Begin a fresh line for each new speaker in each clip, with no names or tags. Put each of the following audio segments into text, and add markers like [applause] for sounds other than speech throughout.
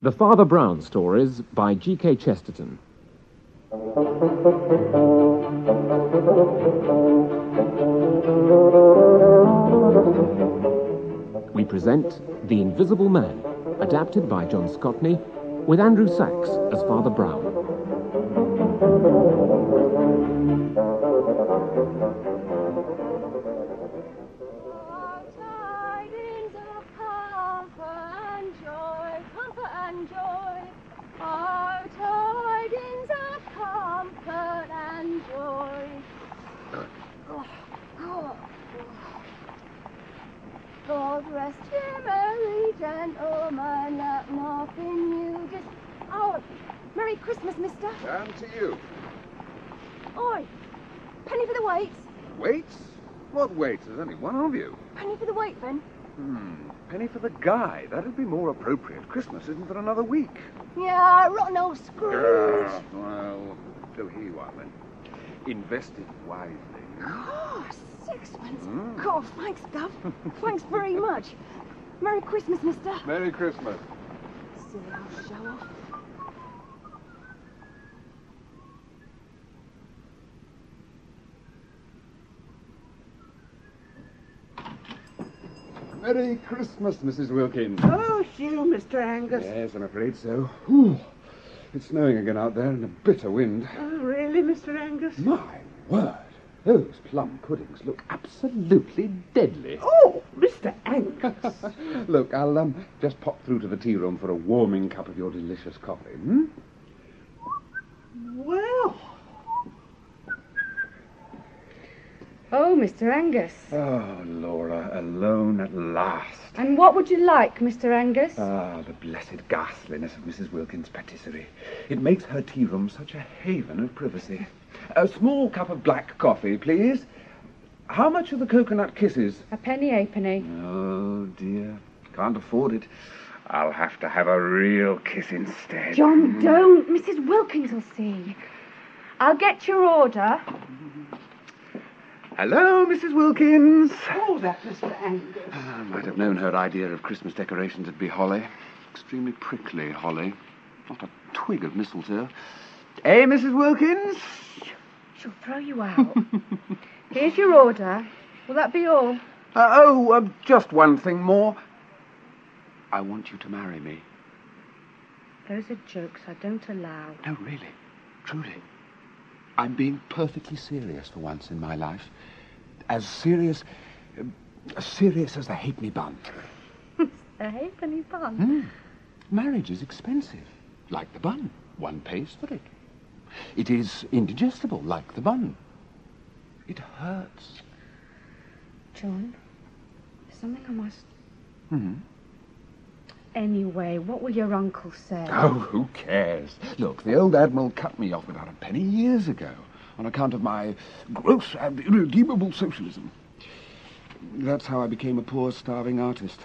The Father Brown Stories by G.K. Chesterton. We present The Invisible Man, adapted by John Scotney, with Andrew Sachs as Father Brown.
All tidings of comfort and joy, comfort and joy. All tidings of comfort and joy. God rest you merry gentlemen, let nothing you dis... Oh, Merry Christmas, mister.
And to you.
Oi, penny for the weights.
Waits? What waits? There's only one of you.
Penny for the weight, Ben.
Hmm. Penny for the guy. That'd be more appropriate. Christmas isn't for another week.
Yeah, rotten old Scrooge.
Well, so here you are then. Invested wisely.
Oh, sixpence.
Mm.
God, thanks, Gov. thanks very much. Merry Christmas, mister.
Merry Christmas.
Silly old show off.
Merry Christmas, Mrs. Wilkins.
Oh, it's you, Mr. Angus.
Yes, I'm afraid so. Whew. It's snowing again out there and a bitter wind.
Oh, really, Mr. Angus?
My word. Those plum puddings look absolutely deadly.
Oh, Mr. Angus.
[laughs] Look, I'll um, just pop through to the tea room for a warming cup of your delicious coffee. Hmm?
well,
Oh, Mr. Angus.
Oh, Laura, alone at last.
And what would you like, Mr. Angus?
Ah, the blessed ghastliness of Mrs. Wilkins' patisserie. It makes her tea room such a haven of privacy. A small cup of black coffee, please. How much are the coconut kisses?
a penny halfpenny.
Oh, dear. Can't afford it. I'll have to have a real kiss instead.
John, don't. Mrs. Wilkins will see. I'll get your order.
Hello, Mrs. Wilkins. Ah,
oh, that Mr. Angus.
I might have known her idea of Christmas decorations would be holly. Extremely prickly holly. Not a twig of mistletoe. Hey, Mrs. Wilkins?
She'll throw you out. Here's your order. Will that be all?
Uh, oh, um, just one thing more. I want you to marry me.
Those are jokes I don't allow.
No, really. Truly. I'm being perfectly serious for once in my life. As serious. um, As serious as the halfpenny bun.
A halfpenny bun.
Marriage is expensive, like the bun. One pays for it. It is indigestible, like the bun. It hurts.
John, there's something I must. Hmm. Anyway, what will your uncle say?
Oh, who cares? Look, the old Admiral cut me off without a penny years ago on account of my gross and irredeemable socialism. That's how I became a poor, starving artist.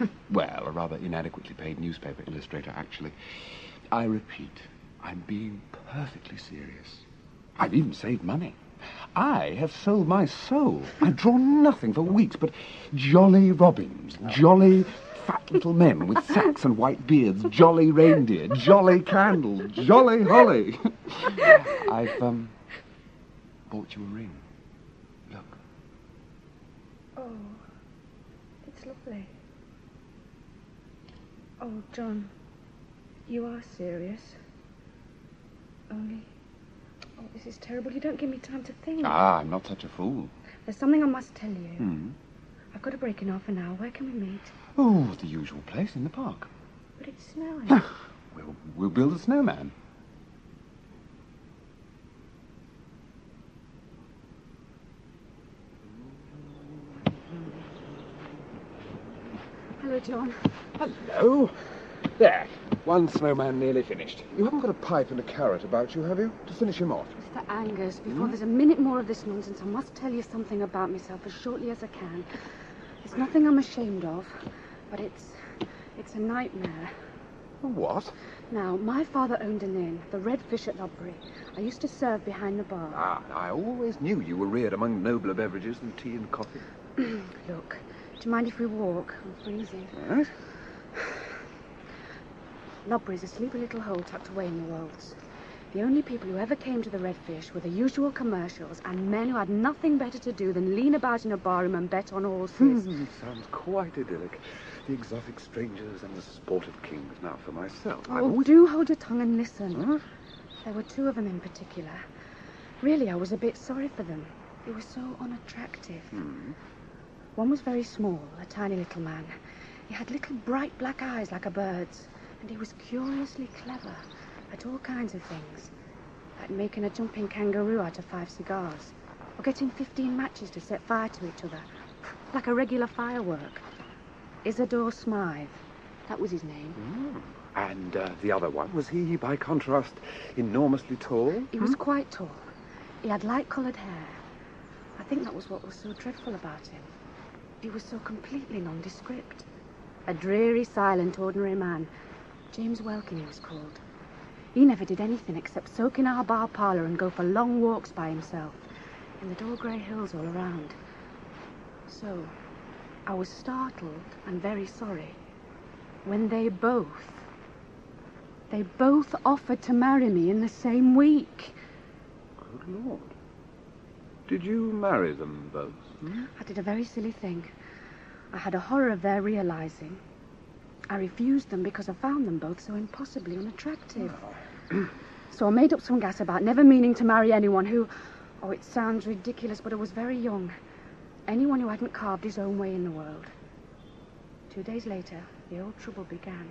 [laughs] well, a rather inadequately paid newspaper illustrator, actually. I repeat, I'm being perfectly serious. I've even saved money. I have sold my soul. I draw nothing for weeks but jolly robins, jolly fat little men with sacks and white beards, jolly reindeer, jolly candles, jolly holly. I've um, bought you a ring. Look,
Oh, it's lovely. Oh, John, you are serious. Only, oh, this is terrible. You don't give me time to
Hmm.
think.
ah, Hmm. I'm not such a fool.
There's something I must tell you. I've got a break in half an hour. Where can we meet?
Oh, the usual place in the park.
But it's snowing.
We'll, we'll build a snowman.
Hello, John.
Hello. Oh, There. One snowman nearly finished. You haven't got a pipe and a carrot about you, have you? To finish him off.
Mr. Angus, before there's a minute more of this nonsense, I must tell you something about myself as shortly as I can. It's nothing I'm ashamed of, but it's it's a nightmare.
What?
Now, my father owned an inn, the Red Fish at Lubbury. I used to serve behind the bar.
Ah, I always knew you were reared among nobler beverages than tea and [laughs] coffee.
Look, do you mind if we walk? I'm freezing.
Right?
Lobbury is a sleepy little hole tucked away in the wolds. The only people who ever came to the Redfish were the usual commercials and men who had nothing better to do than lean about in a barroom and bet on horses.
Hmm, sounds quite idyllic. The exotic strangers and the sportive kings. Now, for myself, I've
oh,
always...
do hold your tongue and listen. There were two of them in particular. Really, I was a bit sorry for them. They were so unattractive. One was very small, a tiny little man. He had little bright black eyes like a bird's, and he was curiously clever at all kinds of things, like making a jumping kangaroo out of five cigars, or getting 15 matches to set fire to each other, like a regular firework. Isidore Smythe, that was his name.
And uh, the other one, was he, by contrast, enormously tall?
He was quite tall. He had light coloured hair. I think that was what was so dreadful about him. He was so completely nondescript. A dreary, silent, ordinary man. James Welkin, he was called. He never did anything except soak in our bar parlour and go for long walks by himself in the dull grey hills all around. So, I was startled and very sorry when they both they both offered to marry me in the same week.
Good Lord. Did you marry them both?
I did a very silly thing. I had a horror of their realizing. I refused them because I found them both so impossibly unattractive. [clears throat] so I made up some gas about never meaning to marry anyone who, oh, it sounds ridiculous, but I was very young. Anyone who hadn't carved his own way in the world. Two days later, the old trouble began.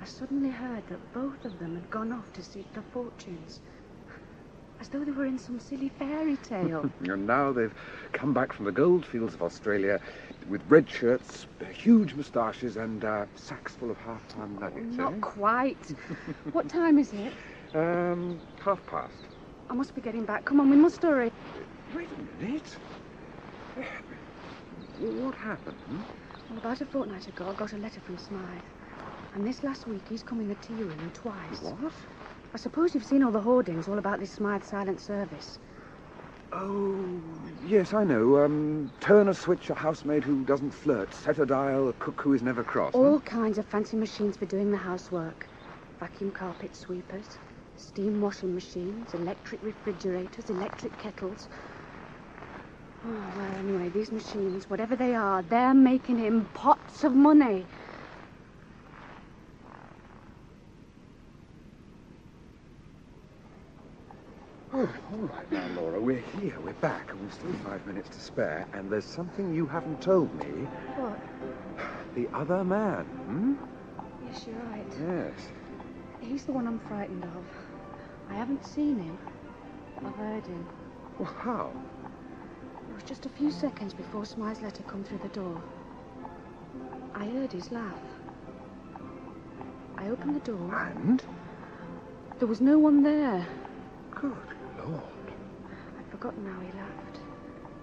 I suddenly heard that both of them had gone off to seek their fortunes, as though they were in some silly fairy tale.
And now they've come back from the gold fields of Australia with red shirts, huge moustaches, and uh, sacks full of half-time nuggets.
Not quite. what time is it?
eh? Um, half past.
I must be getting back. Come on, we must hurry.
Wait a minute. What happened?
Well, about a fortnight ago, I got a letter from Smythe. And this last week, he's come in the tea room twice.
What?
I suppose you've seen all the hoardings all about this Smythe silent service.
Oh, yes, I know. Um, turn a switch, a housemaid who doesn't flirt. Set a dial, a cook who is never cross.
All kinds of fancy machines for doing the housework vacuum carpet sweepers, steam washing machines, electric refrigerators, electric kettles. Oh, well, anyway, these machines, whatever they are, they're making him pots of money.
Oh, all right now, Laura. We're here. We're back, and we've still five minutes to spare. And there's something you haven't told me.
What?
The other man. Hmm?
Yes, you're right.
Yes.
He's the one I'm frightened of. I haven't seen him. I've heard him.
Well, how?
It was just a few seconds before Smythe's letter come through the door. I heard his laugh. I opened the door.
And?
There was no one there.
Good Lord.
I'd forgotten how he laughed.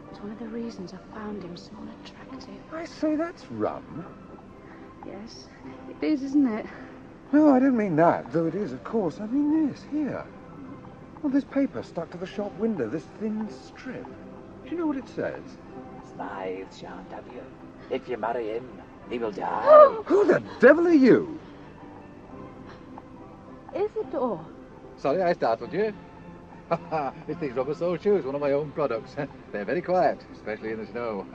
It was one of the reasons I found him so unattractive.
I say that's rum.
Yes, it is, isn't it?
No, I don't mean that, though it is, of course. I mean this, here. Well, this paper stuck to the shop window, this thin strip. Do you know what it says?
Smythe shan't have you. If you marry him, he will
Oh,
die. Oh.
Who the devil are you?
Isidore.
Sorry I startled you. it's these rubber sole shoes, one of my own products. They're very quiet, especially in the snow.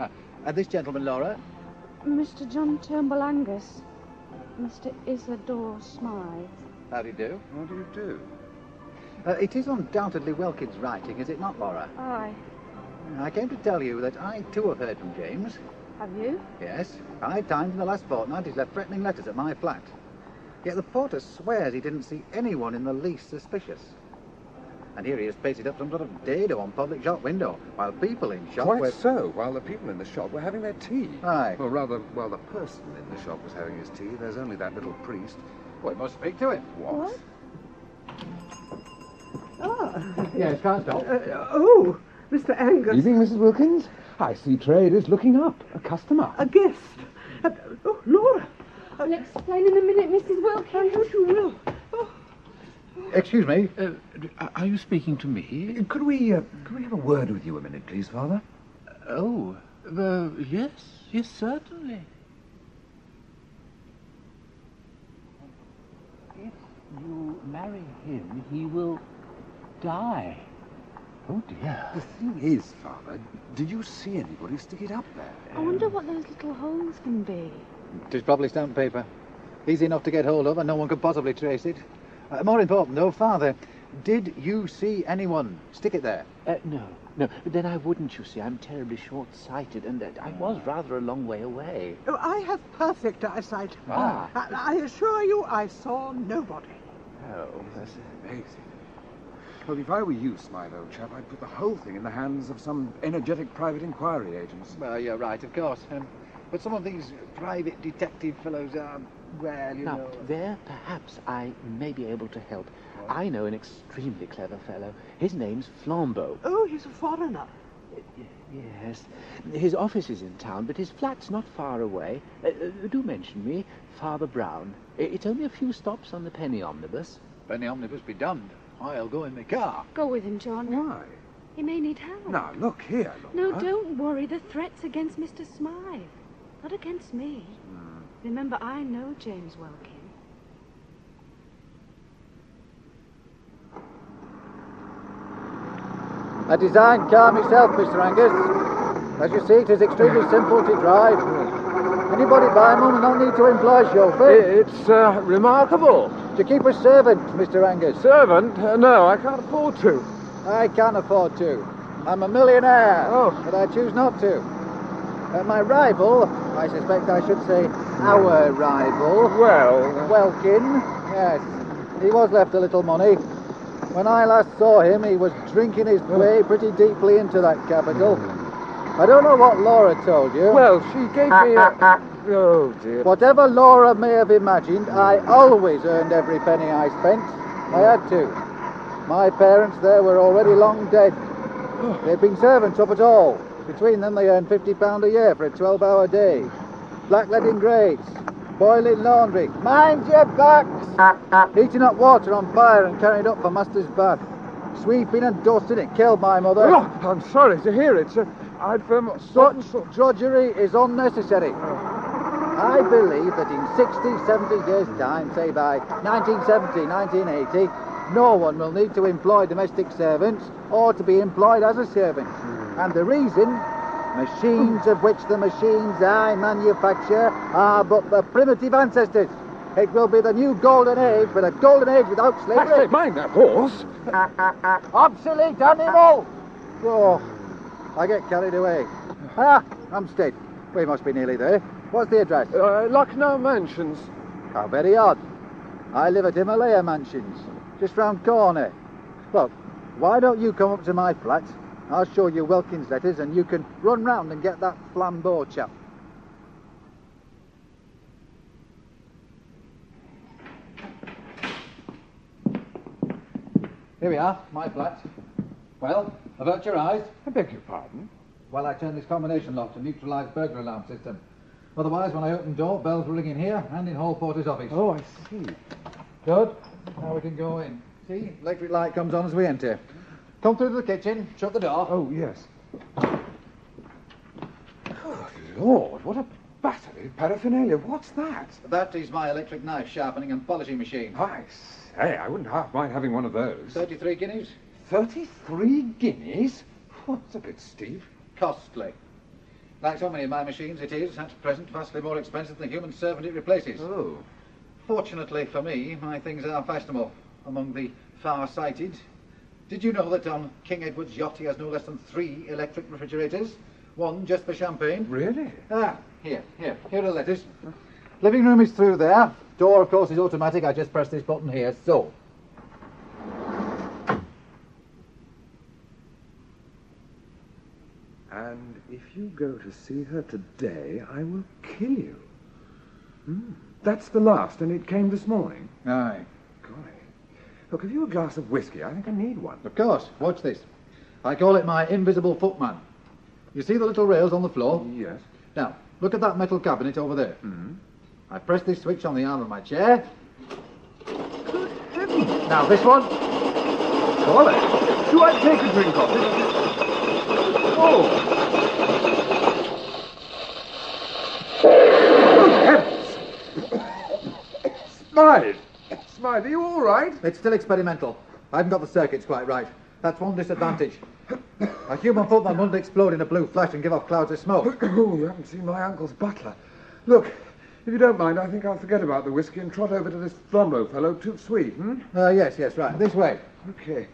and this gentleman, Laura?
Mr. John Turnbull Angus. Mr. Isidore Smythe.
How do you do?
What do you do?
Uh, it is undoubtedly Welkin's writing, is it not, Laura?
Aye.
I came to tell you that I too have heard from James.
Have you?
Yes, five times in the last fortnight he's left threatening letters at my flat. Yet the porter swears he didn't see anyone in the least suspicious. And here he has pasted up some sort of dado on public shop window, while people in shop
Quite
were-
so, while the people in the shop were having their tea.
Aye.
Or rather, while the person in the shop was having his tea, there's only that little priest.
Well, we must speak to him.
What?
Yes, can't stop.
oh, Mr. Angus,
Evening, Mrs. Wilkins. I see trade is looking up. A customer.
a guest. Uh, oh, Laura,
I'll explain in a minute, Mrs. Wilkins.
yes, you will.
Excuse me.
Uh, are you speaking to me?
Could we, uh, could we have a word with you a minute, please, Father?
Oh, well, yes, yes, certainly. marry him, he will die.
Oh dear. The thing is, Father, did you see anybody stick it up there?
I wonder what those little holes can be.
It is probably stamped paper. Easy enough to get hold of, and no one could possibly trace it. Uh, more important, though, Father, did you see anyone stick it there?
Uh, no, no. Then I wouldn't, you see. I'm terribly short-sighted, and uh, I was rather a long way away.
Oh, I have perfect eyesight.
Ah.
I, I assure you, I saw nobody.
Oh, that's...
Amazing. Well, if I were you, Smile, old chap, I'd put the whole thing in the hands of some energetic private inquiry agents.
Well, you're right, of course. Um, but some of these private detective fellows are, well, you
Now,
know.
there perhaps I may be able to help. I know an extremely clever fellow. His name's Flambeau.
Oh, he's a foreigner.
Yes. His office is in town, but his flat's not far away. Uh, uh, do mention me, Father Brown. I- It's only a few stops on the penny omnibus.
Penny omnibus be damned. I'll go in the car.
Go with him, John.
Why?
He may need help.
Now, look here,
No,
Laura.
don't worry. The threat's against Mr. Smythe, not against me. Remember, I know James Welkin.
A design car myself, Mr. Angus. As you see, it is extremely simple to drive. Anybody buy one, no need to employ chauffeur.
It's uh, remarkable.
To keep a servant, Mr. Angus.
Servant? Uh, no, I can't afford to.
I can afford to. I'm a millionaire,
Oh.
but I choose not to. Uh, my rival, I suspect I should say our rival,
Well,
Welkin, yes, he was left a little money. When I last saw him, he was drinking his
Oh.
way pretty deeply into that capital. I don't know what Laura told you.
Hmm. well, she gave me
[laughs]
a... Oh, dear.
Whatever Laura may have imagined, I always earned every penny I spent. I had to. My parents there were already long dead. They've been servants up at all. Between them, they earned £50 a year for a 12 hour day. Blackleading grates, boiling laundry, mind your backs! Heating up water on fire and carrying up for master's bath. Sweeping and dusting it killed my mother.
Oh, I'm sorry to hear it, sir. I'd firm...
Such drudgery is unnecessary. I believe that in 60, 70 years' time, say by 1970, 1980, no one will need to employ domestic servants or to be employed as a servant. And the reason? Machines of which the machines I manufacture are but the primitive ancestors. It will be the new golden age, but a golden age without slavery.
Actually, mind that horse.
Obsolete animal! Oh, I get carried away. Ah, Hampstead. We must be nearly there. What's the address?
Uh, Lucknow Mansions.
How very odd. I live at Himalaya Mansions, just round corner. Look, why don't you come up to my flat? I'll show you Wilkins' letters and you can run round and get that flambeau chap. Here we are, my flat. Well, avert your eyes.
I beg your pardon.
While I turn this combination lock to neutralise burglar alarm system. Otherwise, when I open door, bells will ring in here and in Hall Porter's office.
Oh, I see.
Good. Now we can go in. See, electric light comes on as we enter. Come through to the kitchen, shut the door.
Oh, yes. Good Lord, what a battery of paraphernalia. What's that?
That is my electric knife sharpening and polishing machine.
I say, I wouldn't half mind having one of those.
33 guineas?
33 guineas? What's a bit steep.
Costly. Like so many of my machines, it is, at present, vastly more expensive than the human servant it replaces.
Oh.
Fortunately for me, my things are fashionable among the far-sighted. Did you know that on King Edward's yacht he has no less than three electric refrigerators? One just for champagne.
Really?
Ah, here, here, here are the letters. Living room is through there. Door, of course, is automatic. I just press this button here. So.
And if you go to see her today, I will kill you. Hmm. That's the last, and it came this morning.
Aye.
Golly. Look, have you a glass of whiskey? I think I need one.
Of course. Watch this. I call it my invisible footman. You see the little rails on the floor?
Yes.
Now, look at that metal cabinet over there. I press this switch on the arm of my chair.
Good heavens.
Now, this one.
Golly. Do I take a drink of it? Oh. Good heavens. Smythe. Smythe, are you all right? [coughs]
It's still experimental. I haven't got the circuits quite right. That's one disadvantage. A human footman wouldn't explode in a blue flash and give off clouds of smoke.
oh, you haven't seen my uncle's butler. Look, if you don't mind, I think I'll forget about the whiskey and trot over to this Flumlo fellow, Toot Sweet, hmm?
Uh, yes, yes, right. This way.
Okay.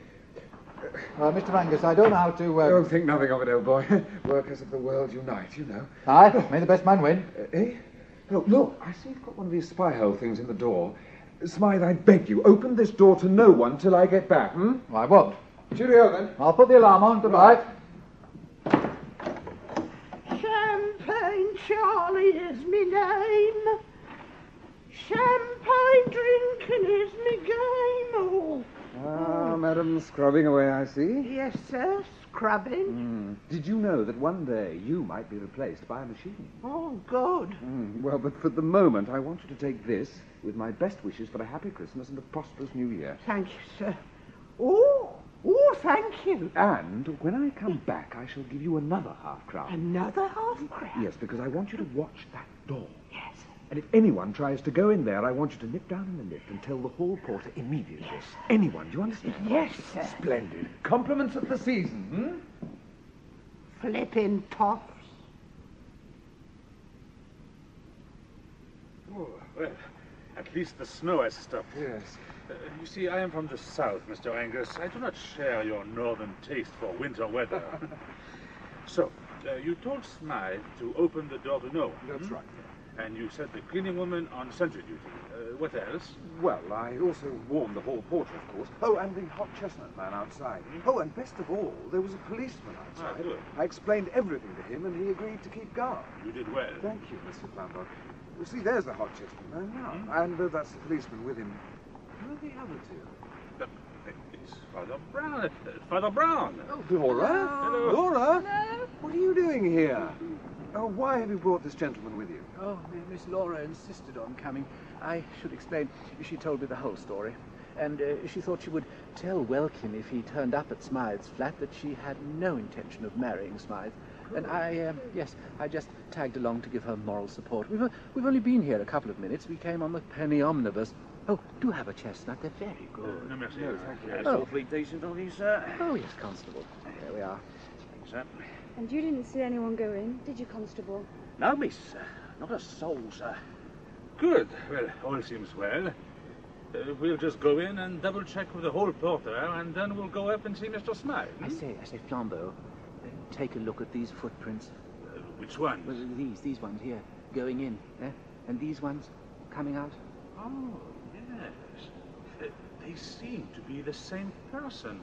Uh, Mr. Angus, I don't know how to. Uh...
Don't think nothing of it, old boy. [laughs] Workers of the world unite, you know.
Aye, may the best man win.
Uh, eh? Oh, look, I see you've got one of these spy hole things in the door. Smythe, I beg you, open this door to no one till I get back, hmm?
Well, I won't.
Cheerio, then.
I'll put the alarm on. Goodbye.
Champagne Charlie is me name. Champagne drinking is me game. Oh,
Ah, madam, scrubbing away, I see. Hmm.
yes, sir,
Mm.
scrubbing.
Did you know that one day you might be replaced by a machine? Hmm.
Oh, good.
well, but for the moment, I want you to take this with my best wishes for a happy Christmas and a prosperous New Year.
Thank you, sir. Oh, oh, thank you.
And when I come back, I shall give you another half crown.
Another half crown.
Yes, because I want you to watch that door.
Yes.
And if anyone tries to go in there, I want you to nip down in the lift and tell the hall porter immediately. Anyone, do you understand?
Yes, sir.
Splendid. Compliments of the season, hmm?
Flipping toffs.
Oh, well, at least the snow has stopped.
hmm? Yes.
Uh, you see, I am from the south, Mr. Angus. I do not share your northern taste for winter weather. [laughs] so, uh, you told Smythe to open the door to no one.
That's
hmm?
right.
And you said the cleaning woman on sentry duty. Uh, what else?
Well, I also warned the hall porter, of course. Oh, and the hot chestnut man outside. Oh, and best of all, there was a policeman outside.
Ah, good.
I explained everything to him, and he agreed to keep guard.
You did well.
Thank you, Mr. Flambeau. You see, there's the hot chestnut man now,
Hmm?
and uh, that's the policeman with him. Who are the other two?
Uh, it's Father Brown. Uh, Father Brown.
Oh, Laura.
Hello.
Laura. What are you doing here? Oh, why have you brought this gentleman with you?
Oh, M- Miss Laura insisted on coming. I should explain. She told me the whole story. And uh, she thought she would tell Welkin if he turned up at Smythe's flat that she had no intention of marrying Smythe. And I, um, yes, I just tagged along to give her moral support. We've, uh, we've only been here a couple of minutes. We came on the penny omnibus. Oh, do have a chestnut. They're very good.
No, merci. No, thank you.
Oh.
awfully decent of you, sir.
Oh, yes, Constable. There we are.
Thanks, sir.
And you didn't see anyone go in, did you, Constable?
No, miss. uh, Not a soul, sir. Good. Well, all seems well. Uh, we'll just go in and double check with the hall porter, and then we'll go up and see Mr. Smythe.
I say, I say, Flambeau, uh, take a look at these footprints.
Uh, which one?
Well, these, these ones here, going in, eh? and these ones coming out.
Oh, yes. Uh, They seem to be the same person.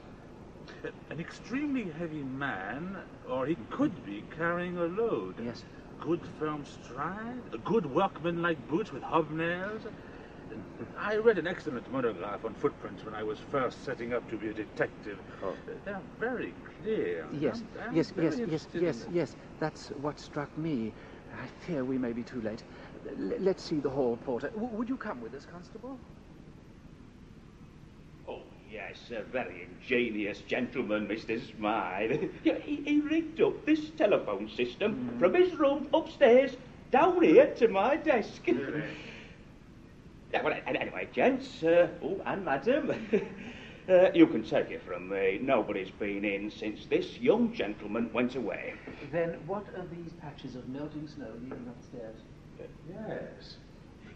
Uh, An extremely heavy man, or he could be carrying a load.
Yes.
Good firm stride, a good workmanlike boots with hobnails. I read an excellent monograph on footprints when I was first setting up to be a detective.
Oh.
They're very clear.
Yes,
I'm- I'm
yes,
very
yes, yes,
interested in
yes,
them.
yes. That's what struck me. I fear we may be too late. L- let's see the hall porter. W- would you come with us, Constable?
Oh, yes, a very ingenious gentleman, Mr. Smythe. [laughs] Yeah, he, he rigged up this telephone system
Hmm.
from his room upstairs down here to my desk. [laughs] yeah, well, an- anyway, gents, uh, oh, and madam, [laughs] uh, you can take it from me. Nobody's been in since this young gentleman went away.
Then what are these patches of melting snow leading upstairs?
Yes.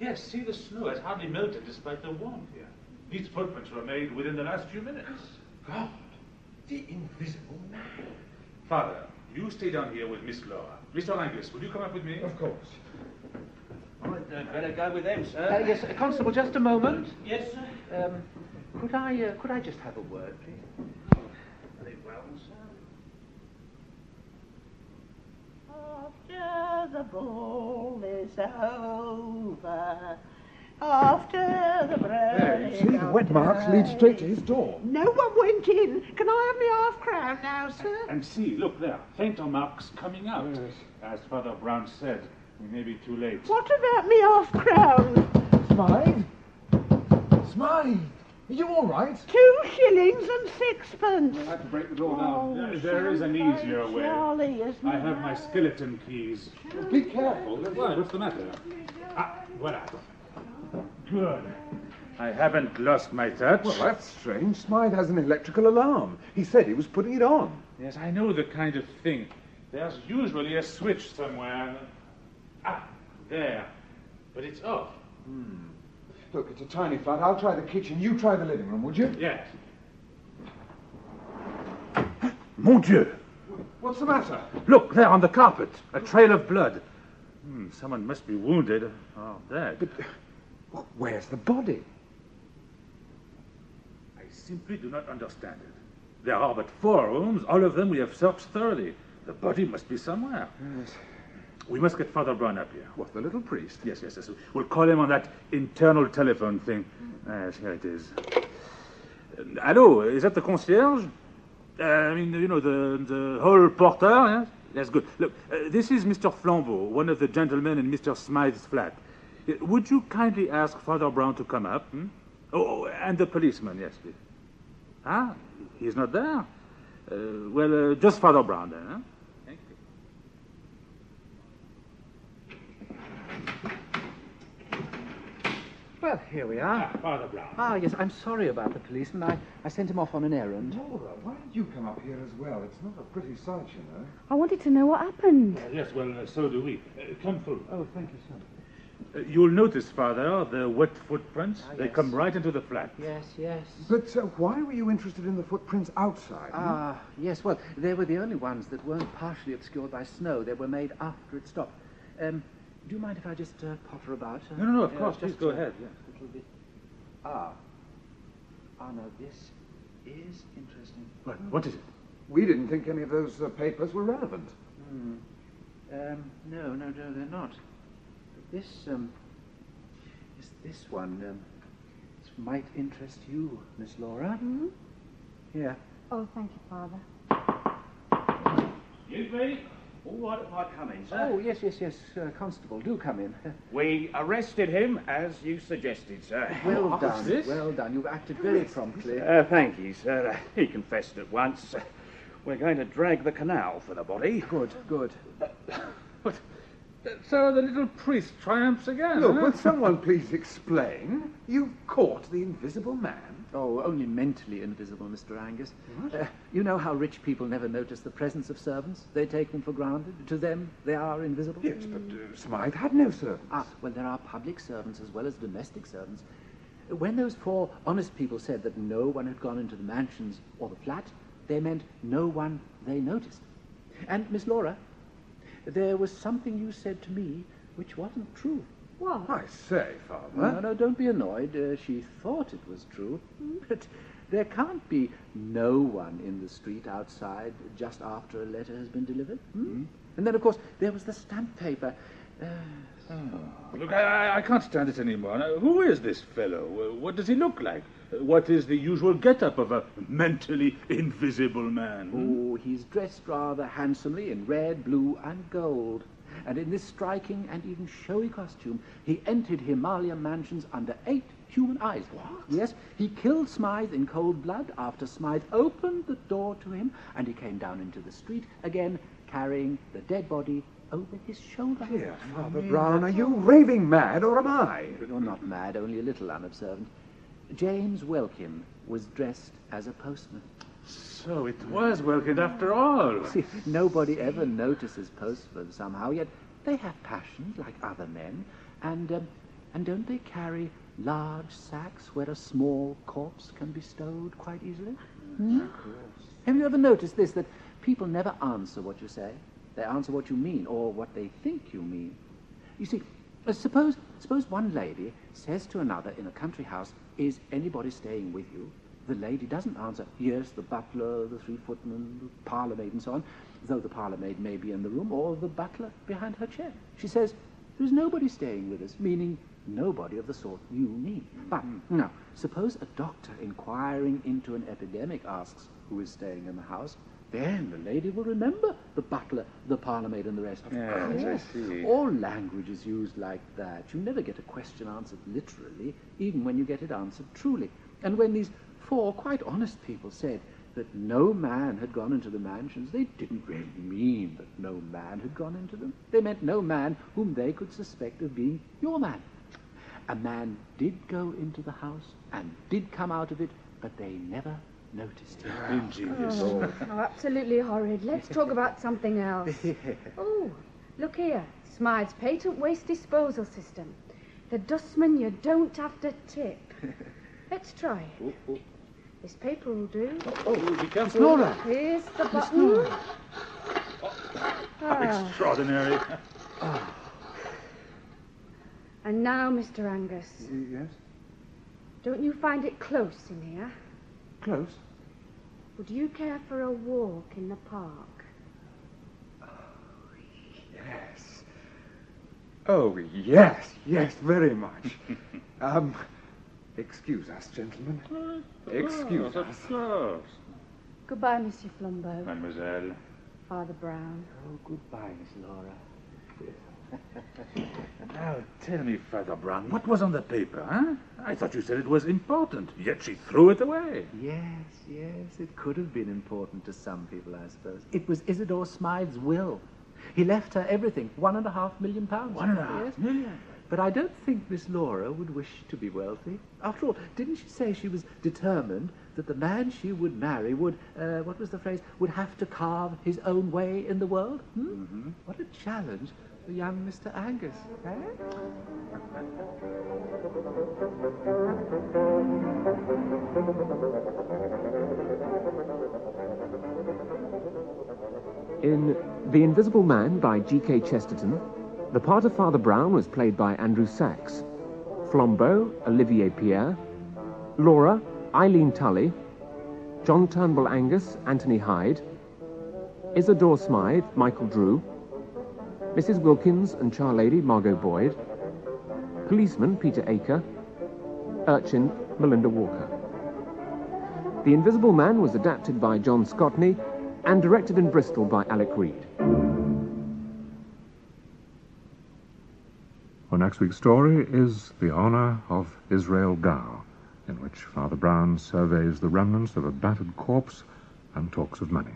Yes, see the snow has hardly melted despite the warmth here. These footprints were made within the last few minutes.
God, the invisible man.
Father, you stay down here with Miss Laura. Mr. Angus, will you come up with me?
Of course.
I'd better go with them,
Uh,
sir.
yes, uh, Constable, just a moment.
Yes, sir.
Um, could I, uh, could I just have a word, please?
Very well, sir.
After the ball is over, after the
There,
bread
you
is
see, the wet marks lead straight to his door.
No one went in. Can I have my half crown now, sir?
And see, look there, fainter marks coming out. As Father Brown said, we may be too late.
What about me half crown?
Smythe? Smythe? Are you all right?
Two shillings and sixpence.
I have to break the door
Oh,
down. there is an
champagne
easier way.
Charlie is
I have
mine.
my skeleton keys.
Be careful.
Why, what's the matter? Ah, voilà. Good. I haven't lost my touch.
Well, that's strange. Smythe has an electrical alarm. He said he was putting it on.
Yes, I know the kind of thing. There's usually a switch somewhere. Ah, there. But it's off.
Look, it's a tiny flat. I'll try the kitchen. You try the living room, would you?
Yes.
Mon Dieu!
What's the matter?
Look there on the carpet, a trail of blood.
Hmm, someone must be wounded Oh, or dead.
But well, where's the body?
I simply do not understand it. There are but four rooms. All of them we have searched thoroughly. The body must be somewhere.
Yes.
We must get Father Brown up here.
What, the little priest?
Yes, yes, yes. We'll call him on that internal telephone thing. Yes, here it is. Um, hello, is that the concierge? Uh, I mean, you know, the, the hall porter, yes? That's good. Look, uh, this is Mr. Flambeau, one of the gentlemen in Mr. Smythe's flat. Uh, Would you kindly ask Father Brown to come up? hmm? Oh, and the policeman, yes, please. Ah, he's not there. Uh, well, uh, just Father Brown then, huh? Thank you.
Well, here we are.
Father Brown.
Ah, yes, I'm sorry about the policeman. I, I sent him off on an errand.
Laura, why did you come up here as well? It's not a pretty sight, you know.
I wanted to know what happened.
yes, well, uh, so do we. Uh, come through.
Oh, thank you, sir.
Uh, you'll notice, Father, the wet footprints.
Ah,
they
yes.
come right into the flat.
Yes, yes.
But uh, why were you interested in the footprints outside?
Ah, yes, well, they were the only ones that weren't partially obscured by snow. They were made after it stopped. Um, do you mind if I just uh, potter about? Uh,
No, no, no, of
yeah,
course.
just
Please go
a
ahead. yes.
Little bit. Ah. Ah, now this is interesting.
What, what is it?
We didn't think any of those uh, papers were relevant.
Hmm. Um, no, no, no, they're not. But this, um, is this one, um, this might interest you, Miss Laura. Mm-hmm. Here.
Oh, thank you, Father.
Excuse me. All right, if I come in, sir.
Oh, yes, yes, yes, uh, Constable, do come in.
We arrested him as you suggested, sir.
Well
What is
done,
this?
well done. You've acted very promptly.
Uh, thank you, sir. [laughs] Uh, He confessed at once. Uh, We're going to drag the canal for the body.
Good, good.
What? Uh, So the little priest triumphs
[laughs]
again.
Look,
huh?
would someone please explain? You've caught the invisible man.
Oh, only mentally invisible, Mr. Angus. Uh, you know how rich people never notice the presence of servants? They take them for granted. To them, they are invisible.
Yes, but uh, Smythe had no servant.
Ah, well, there are public servants as well as domestic servants. When those four honest people said that no one had gone into the mansions or the flat, they meant no one they noticed. And, Miss Laura, there was something you said to me which wasn't true.
What?
I say, Father.
No, no, don't be annoyed. Uh, she thought it was true. [laughs] But there can't be no one in the street outside just after a letter has been delivered. hmm? And then, of course, there was the stamp paper. Uh,
Look, I, I- I can't stand it anymore. Now, who is this fellow? Uh, What does he look like? Uh, What is the usual getup of a mentally invisible man?
Oh, he's dressed rather handsomely in red, blue, and gold. And in this striking and even showy costume, he entered Himalaya Mansions under eight human eyes. What? Yes, he killed Smythe in cold blood after Smythe opened the door to him, and he came down into the street again, carrying the dead body over his shoulder.
Dear Father Brown, are you raving mad or am I?
You're not mad, only a little unobservant. James Welkin was dressed as a postman.
So it was Wilkin after all.
See, nobody ever notices postmen somehow, yet they have passions like other men, and um, and don't they carry large sacks where a small corpse can be stowed quite easily? Hmm? Have you ever noticed this that people never answer what you say? They answer what you mean or what they think you mean. You see, uh, suppose suppose one lady says to another in a country house, "Is anybody staying with you?" The lady doesn't answer, "Yes, the butler, the three footmen, the parlour maid, and so on," though the parlour maid may be in the room or the butler behind her chair. She says, "There's nobody staying with us," meaning nobody of the sort you mean. But
Hmm.
now, suppose a doctor inquiring into an epidemic asks, "Who is staying in the house?" Then the lady will remember the butler, the parlour maid, and the rest.
Yes, I see.
All language is used like that. You never get a question answered literally, even when you get it answered truly. And when these four quite honest people said that no man had gone into the mansions, they didn't really mean that no man had gone into them. They meant no man whom they could suspect of being your man. A man did go into the house and did come out of it, but they never noticed him.
Ingenious.
Oh, oh, absolutely horrid. Let's talk about something else. Oh, look here. Smythe's patent waste disposal system. The dustman you don't have to tip. Let's try it. This paper will do.
Oh, be careful.
Here's the button. Ah,
Extraordinary.
and now, Mr. Angus,
Yes?
don't you find it close in here?
Close.
Would you care for a walk in the park?
Yes. Oh, yes, yes,
[laughs]
very much. um, excuse us, gentlemen.
Oh,
Excuse us.
Of course.
Goodbye, Monsieur Flambeau.
Mademoiselle.
Father Brown.
Oh, goodbye, Miss Laura.
Now, tell me, Father Brown, what was on the paper, huh? I thought you said it was important, yet she threw it away.
Yes, yes, it could have been important to some people, I suppose. It was Isidore Smythe's will. He left her everything, one and a half million pounds.
One and a half
Yes.
million.
But I don't think Miss Laura would wish to be wealthy. After all, didn't she say she was determined that the man she would marry would, uh, what was the phrase, would have to carve his own way in the world? Hmm? What a challenge for young Mr. Angus, eh?
In The Invisible Man by G.K. Chesterton, the part of Father Brown was played by Andrew Sachs, Flambeau, Olivier Pierre, Laura, Eileen Tully, John Turnbull Angus, Anthony Hyde, Isidore Smythe, Michael Drew, Mrs. Wilkins and Charlady, Margot Boyd, Policeman, Peter Aker, Urchin, Melinda Walker. The Invisible Man was adapted by John Scotney and directed in Bristol by Alec Reed.
Our next week's story is The Honor of Israel Gow, in which Father Brown surveys the remnants of a battered corpse and talks of money.